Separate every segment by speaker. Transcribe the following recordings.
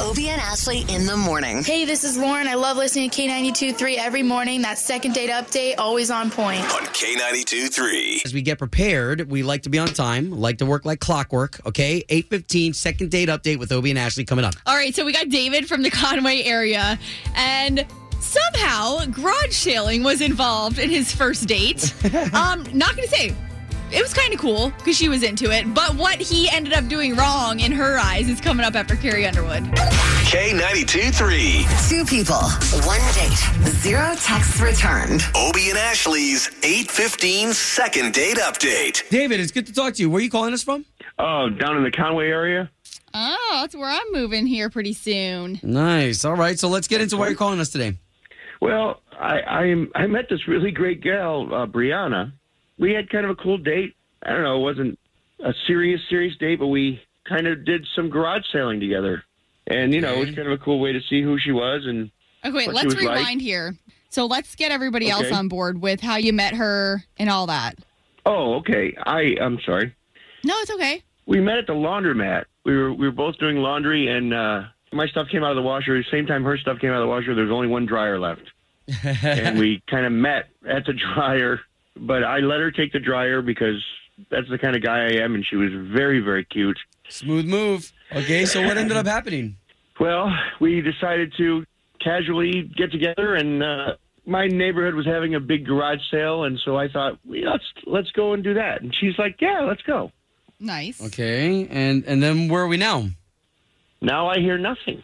Speaker 1: Obie and Ashley in the morning.
Speaker 2: Hey, this is Lauren. I love listening to K92 3 every morning. That second date update, always on point.
Speaker 3: on K92 3.
Speaker 4: As we get prepared, we like to be on time, like to work like clockwork, okay? 8.15, second date update with Obie and Ashley coming up.
Speaker 5: All right, so we got David from the Conway area, and somehow garage sailing was involved in his first date. um, not gonna say. It was kind of cool because she was into it, but what he ended up doing wrong in her eyes is coming up after Carrie Underwood.
Speaker 3: K92 3.
Speaker 1: Two people, one date, zero texts returned.
Speaker 3: Obie and Ashley's 815 second date update.
Speaker 4: David, it's good to talk to you. Where are you calling us from?
Speaker 6: Oh, down in the Conway area?
Speaker 5: Oh, that's where I'm moving here pretty soon.
Speaker 4: Nice. All right, so let's get into why you're calling us today.
Speaker 6: Well, I I, I met this really great gal, uh, Brianna. We had kind of a cool date. I don't know, it wasn't a serious, serious date, but we kind of did some garage sailing together. And, you know, it was kind of a cool way to see who she was. And
Speaker 5: Okay, wait,
Speaker 6: What she
Speaker 5: let's
Speaker 6: was like.
Speaker 5: rewind here. So let's get everybody else
Speaker 6: Okay.
Speaker 5: on board with how you met her and all that.
Speaker 6: oh, okay, I I'm sorry.
Speaker 5: No, it's okay.
Speaker 6: We met at the laundromat. We were we were both doing laundry, and uh, my stuff came out of the washer. Same time her stuff came out of the washer. There was only one dryer left, and we kind of met at the dryer. But I let her take the dryer because that's the kind of guy I am, and she was very very cute.
Speaker 4: Smooth move. Okay, so what ended up happening?
Speaker 6: Well, we decided to casually get together, and uh, my neighborhood was having a big garage sale, and so I thought "We- let's let's go and do that. And she's like, "Yeah, let's go."
Speaker 5: Nice.
Speaker 4: Okay, and and then where are we now? All
Speaker 6: Now I hear nothing.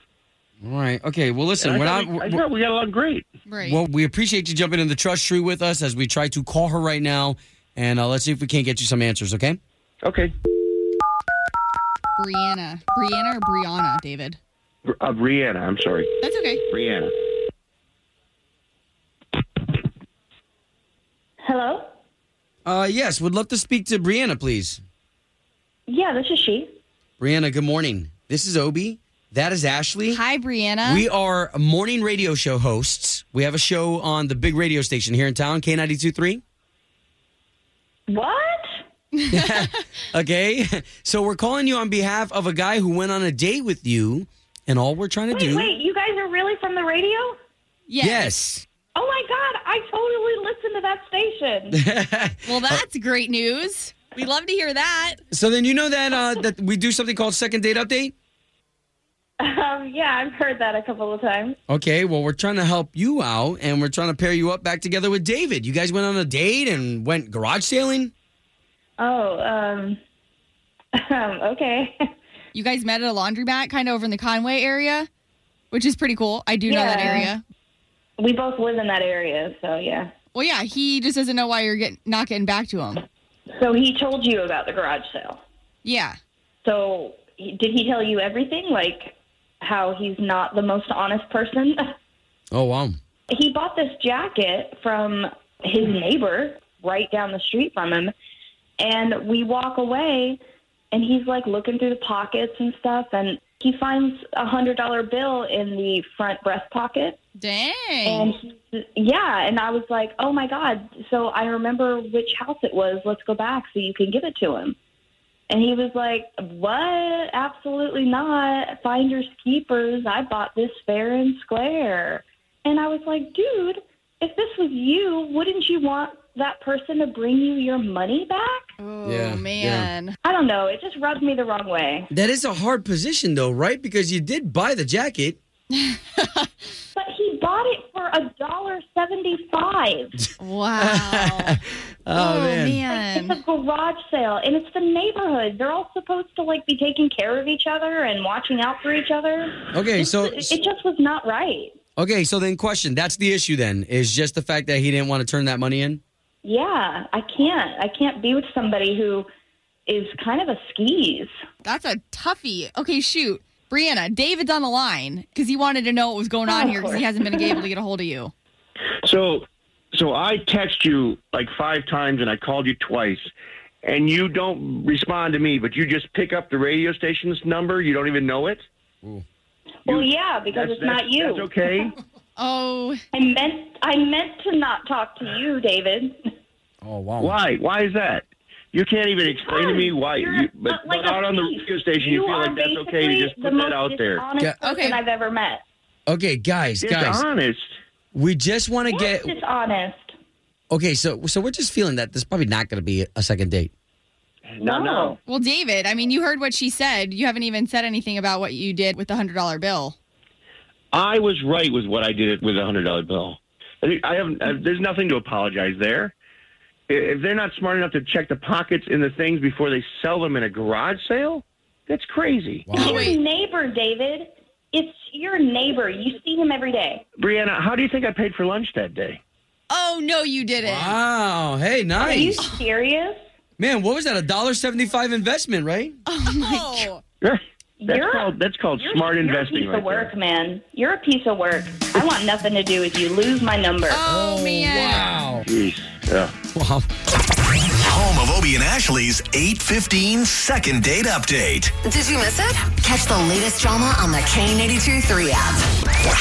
Speaker 4: right. Okay, well,
Speaker 6: And
Speaker 4: listen,
Speaker 6: I,
Speaker 4: we're
Speaker 6: thought
Speaker 4: not...
Speaker 6: we, I
Speaker 4: we're-
Speaker 6: thought we got along great.
Speaker 5: Right.
Speaker 4: well, we appreciate you jumping in the trust tree with us as we try to call her right now, and uh, let's see if we can't get you some answers, okay?
Speaker 6: Okay.
Speaker 5: Brianna. Brianna or Brianna, David?
Speaker 6: Br- Uh, Brianna, I'm sorry.
Speaker 5: That's okay.
Speaker 6: Brianna.
Speaker 7: Hello?
Speaker 4: Uh, yes, would love to speak to Brianna, please.
Speaker 7: Yeah, this is she.
Speaker 4: Brianna, good morning. This is Obi. That is Ashley.
Speaker 5: Hi, Brianna.
Speaker 4: We are morning radio show hosts. We have a show on the big radio station here in town, K92.3.
Speaker 7: What?
Speaker 4: Okay. So we're calling you on behalf of a guy who went on a date with you, and all we're trying to
Speaker 7: Wait,
Speaker 4: do.
Speaker 7: wait, you guys are really from the radio?
Speaker 4: Yes.
Speaker 7: Oh my god, I totally listen to that station.
Speaker 5: Well,
Speaker 4: Uh,
Speaker 5: that's great news. We love to hear that.
Speaker 4: So then you know that uh, that we do something called second date update.
Speaker 7: um, yeah, I've heard that a couple of times.
Speaker 4: Okay. Well, we're trying to help you out, and we're trying to pair you up back together with David. You guys went on a date and went garage sailing.
Speaker 7: Oh, um, um okay.
Speaker 5: You guys met at a laundromat kind of over in the Conway area, which is pretty cool. I do know that
Speaker 7: Yeah.
Speaker 5: area.
Speaker 7: we both live in that area, so yeah.
Speaker 5: Well, yeah, he just doesn't know why you're getting not getting back to him.
Speaker 7: So he told you about the garage sale.
Speaker 5: Yeah.
Speaker 7: So he- did he tell you everything? Like how he's not the most honest person?
Speaker 4: Oh wow.
Speaker 7: he bought this jacket from his neighbor right down the street from him and we walk away and he's like looking through the pockets and stuff and he finds a hundred dollar bill in the front breast pocket and Um,
Speaker 5: Dang.
Speaker 7: he, yeah and i was like oh my god so i remember which house it was let's go back so you can give it to him and he was like what absolutely not finders keepers i bought this fair and square and i was like dude if this was you wouldn't you want that person to bring you your money back
Speaker 5: oh
Speaker 4: Yeah,
Speaker 5: man.
Speaker 7: i don't know it just rubbed me the wrong way
Speaker 4: That is a hard position though, right? Because you did buy the jacket.
Speaker 7: but he bought it for a dollar seventy five
Speaker 5: Wow.
Speaker 4: Oh,
Speaker 5: man.
Speaker 7: It's a garage sale, and it's the neighborhood. They're all supposed to like be taking care of each other and watching out for each other.
Speaker 4: Okay,
Speaker 7: This-
Speaker 4: so
Speaker 7: it just was not right.
Speaker 4: okay, so then question. That's the issue then, is just the fact that he didn't want to turn that money in?
Speaker 7: Yeah, I can't. I can't be with somebody who is kind of a skis.
Speaker 5: That's a toughie. Okay, shoot. Brianna, David's on the line because he wanted to know what was going on
Speaker 7: Oh, Of
Speaker 5: here because
Speaker 7: course.
Speaker 5: he hasn't been able to get a hold of you.
Speaker 6: So, so I text you like five times and I called you twice, and you don't respond to me, but you just pick up the radio station's number. You don't even know it.
Speaker 7: Well, yeah, because it's not you.
Speaker 6: That's okay.
Speaker 5: Oh,
Speaker 7: I meant I meant to not talk to you, David.
Speaker 4: Oh wow.
Speaker 6: why? Why is that? You can't even explain to me why.
Speaker 7: You're
Speaker 6: You, but
Speaker 7: like
Speaker 6: but
Speaker 7: a
Speaker 6: out on the
Speaker 7: thief.
Speaker 6: radio station, you, feel
Speaker 7: are
Speaker 6: like that's okay to
Speaker 7: basically
Speaker 6: just
Speaker 7: the
Speaker 6: put that
Speaker 7: most
Speaker 6: out there.
Speaker 7: dishonest
Speaker 4: Yeah.
Speaker 7: person
Speaker 5: Okay.
Speaker 7: I've ever met.
Speaker 4: Okay, guys, guys,
Speaker 6: Dishonest.
Speaker 4: we just want to
Speaker 7: That's
Speaker 4: get.
Speaker 7: dishonest.
Speaker 4: Okay, so so we're just feeling that there's probably not going to be a second date.
Speaker 6: No, no.
Speaker 5: well, David, I mean, you heard what she said. You haven't even said anything about what you did with the $100 bill.
Speaker 6: I was right with what I did with a hundred dollar bill. I I haven't. I, there's nothing to apologize there. I- If they're not smart enough to check the pockets in the things before they sell them in a garage sale, that's crazy.
Speaker 7: It's your neighbor, David. It's your neighbor. You see him every day.
Speaker 6: Brianna, how do you think I paid for lunch that day?
Speaker 5: Oh, no, you didn't.
Speaker 4: Wow. Hey,
Speaker 7: Are you
Speaker 4: nice.
Speaker 7: serious?
Speaker 4: Man, what was that? A dollar seventy-five investment, right?
Speaker 5: Oh, my God.
Speaker 6: That's
Speaker 7: You're-
Speaker 6: called that's called
Speaker 7: You're-
Speaker 6: smart
Speaker 7: you're
Speaker 6: investing,
Speaker 7: a piece
Speaker 6: right
Speaker 7: of work,
Speaker 6: there.
Speaker 7: man. You're a piece of work. I want nothing to do with you. Lose my number.
Speaker 5: Oh, man.
Speaker 4: Wow.
Speaker 6: Jeez. Yeah.
Speaker 4: Wow.
Speaker 3: Home of Obie and Ashley's 815 second date update.
Speaker 1: Did you miss it? Catch the latest drama on the K82 3 app.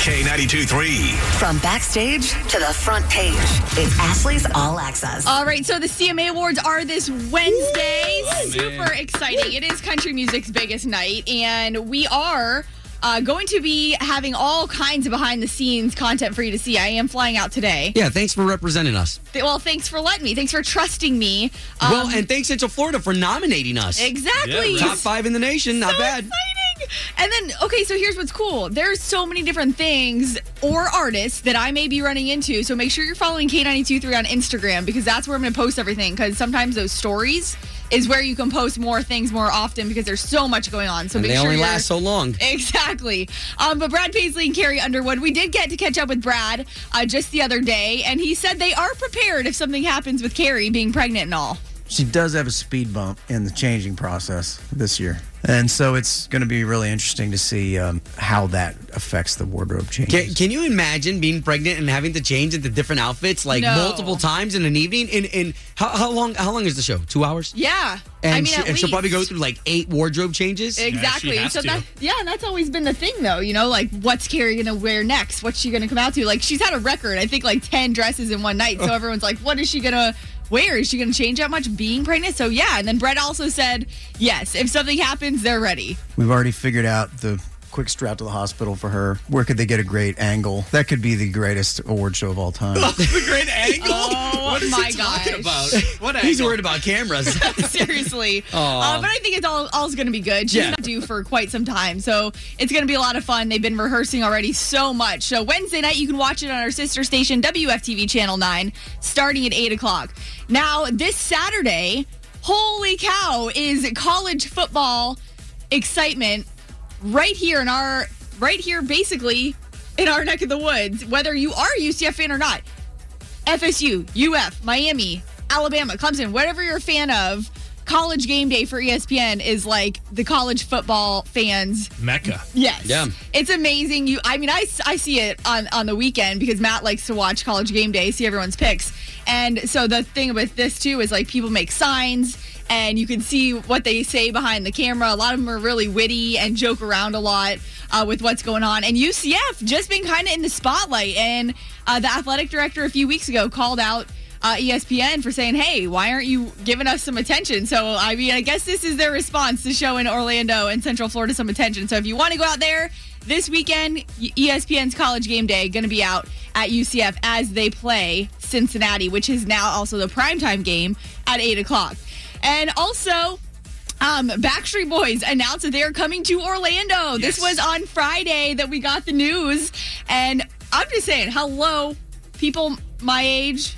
Speaker 3: K92 3.
Speaker 1: From backstage to the front page, it's Ashley's All Access.
Speaker 5: All right, so the CMA Awards are this Wednesday. Super exciting. It is country music's biggest night, and we are uh, going to be having all kinds of behind the scenes content for you to see. I am flying out today.
Speaker 4: Yeah. Thanks for representing us.
Speaker 5: Th- Well, thanks for letting me. Thanks for trusting me. Um,
Speaker 4: well, and thanks Central Florida for nominating us.
Speaker 5: exactly.
Speaker 4: Top five in the nation. Not
Speaker 5: so
Speaker 4: bad.
Speaker 5: exciting. And then, okay, so here's what's cool. There's so many different things or artists that I may be running into. So make sure you're following K923 on Instagram because that's where I'm going to post everything. Because sometimes those stories is where you can post more things more often because there's so much going on. So
Speaker 4: And
Speaker 5: make
Speaker 4: they
Speaker 5: sure
Speaker 4: only
Speaker 5: you're-
Speaker 4: last so long.
Speaker 5: Exactly. Um, but Brad Paisley and Carrie Underwood, we did get to catch up with Brad uh, just the other day, and he said they are prepared if something happens with Carrie being pregnant and all.
Speaker 8: She does have a speed bump in the changing process this year. And so it's going to be really interesting to see um, how that affects the wardrobe change.
Speaker 4: Can, can you imagine being pregnant and having to change into different outfits like
Speaker 5: No.
Speaker 4: multiple times in an evening? In in how, how long how long is the show? Two hours.
Speaker 5: Yeah.
Speaker 4: And,
Speaker 5: I mean,
Speaker 4: she,
Speaker 5: at
Speaker 4: and she'll probably go
Speaker 5: least.
Speaker 4: through like eight wardrobe changes.
Speaker 5: Exactly.
Speaker 9: has
Speaker 5: so
Speaker 9: to.
Speaker 5: that yeah, and that's always been the thing though, you know, like what's Carrie gonna wear next? What's she gonna come out to? Like she's had a record, I think like ten dresses in one night. So everyone's like, What is she gonna wear? Is she gonna change that much being pregnant? So yeah, and then Brett also said, Yes, if something happens, they're ready.
Speaker 8: We've already figured out the quick strap to the hospital for her. Where could they get a great angle? That could be the greatest award show of all time.
Speaker 9: the great angle.
Speaker 5: Oh,
Speaker 9: what is
Speaker 5: my
Speaker 9: he talking
Speaker 5: gosh.
Speaker 9: about? What angle?
Speaker 4: He's worried about cameras.
Speaker 5: Seriously.
Speaker 4: Aw.
Speaker 5: Uh, but I think it's all all's going to be good. She's
Speaker 4: Yeah.
Speaker 5: not due for quite some time. So it's going to be a lot of fun. They've been rehearsing already so much. So Wednesday night, you can watch it on our sister station, WFTV Channel 9, starting at 8 o'clock. Now, this Saturday, holy cow, is college football excitement right here in our, right here basically in our neck of the woods, whether you are a UCF fan or not. FSU, UF, Miami, Alabama, Clemson, whatever you're a fan of, college game day for E ESPN is like the college football fans.
Speaker 9: Mecca.
Speaker 5: Yes.
Speaker 4: Yeah.
Speaker 5: It's amazing. You I mean I, s- I see it on on the weekend because Matt likes to watch college game day, see everyone's picks. And so the thing with this too is like people make signs and you can see what they say behind the camera. A lot of them are really witty and joke around a lot uh, with what's going on. And UCF just been kind of in the spotlight. And uh, the athletic director a few weeks ago called out uh, ESPN for saying, "Hey, why aren't you giving us some attention?" So, I mean, I guess this is their response to showing Orlando and Central Florida some attention. So, if you want to go out there this weekend, E ESPN's College Game Day going to be out at UCF as they play Cincinnati, which is now also the primetime game at eight o'clock. And also, um, Backstreet Boys announced that they are coming to Orlando. This was on Friday that we got the news, and I'm just saying, hello, people my age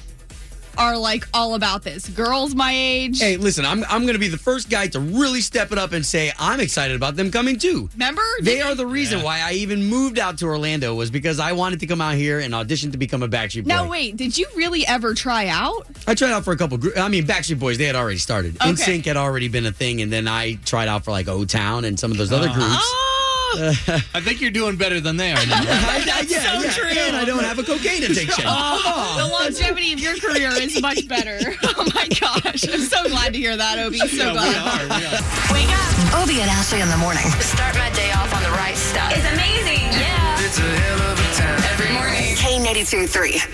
Speaker 5: are like all about this. Girls my age.
Speaker 4: hey, listen, I'm I'm gonna be the first guy to really step it up and say I'm excited about them coming too.
Speaker 5: Remember?
Speaker 4: They are the reason why I even moved out to Orlando was because I wanted to come out here and audition to become a Backstreet Boy.
Speaker 5: Now wait, did you really ever try out?
Speaker 4: I tried out for a couple. Gr- I mean, Backstreet Boys they had already started.
Speaker 5: Okay.
Speaker 4: NSYNC had already been a thing, and then I tried out for like O Town and some of those other groups.
Speaker 5: Oh,
Speaker 9: Uh-huh. I think you're doing better than they are. Now.
Speaker 4: That's so true. And I don't have a cocaine addiction.
Speaker 5: Oh, the longevity of your career is much better. Oh my gosh. I'm so glad to hear that, Obi. So glad.
Speaker 1: Wake up. Obie and Ashley in the morning.
Speaker 10: Start my day off on the right stuff. It's amazing. Yeah. It's a hell of a time. Every morning.
Speaker 1: K82 3.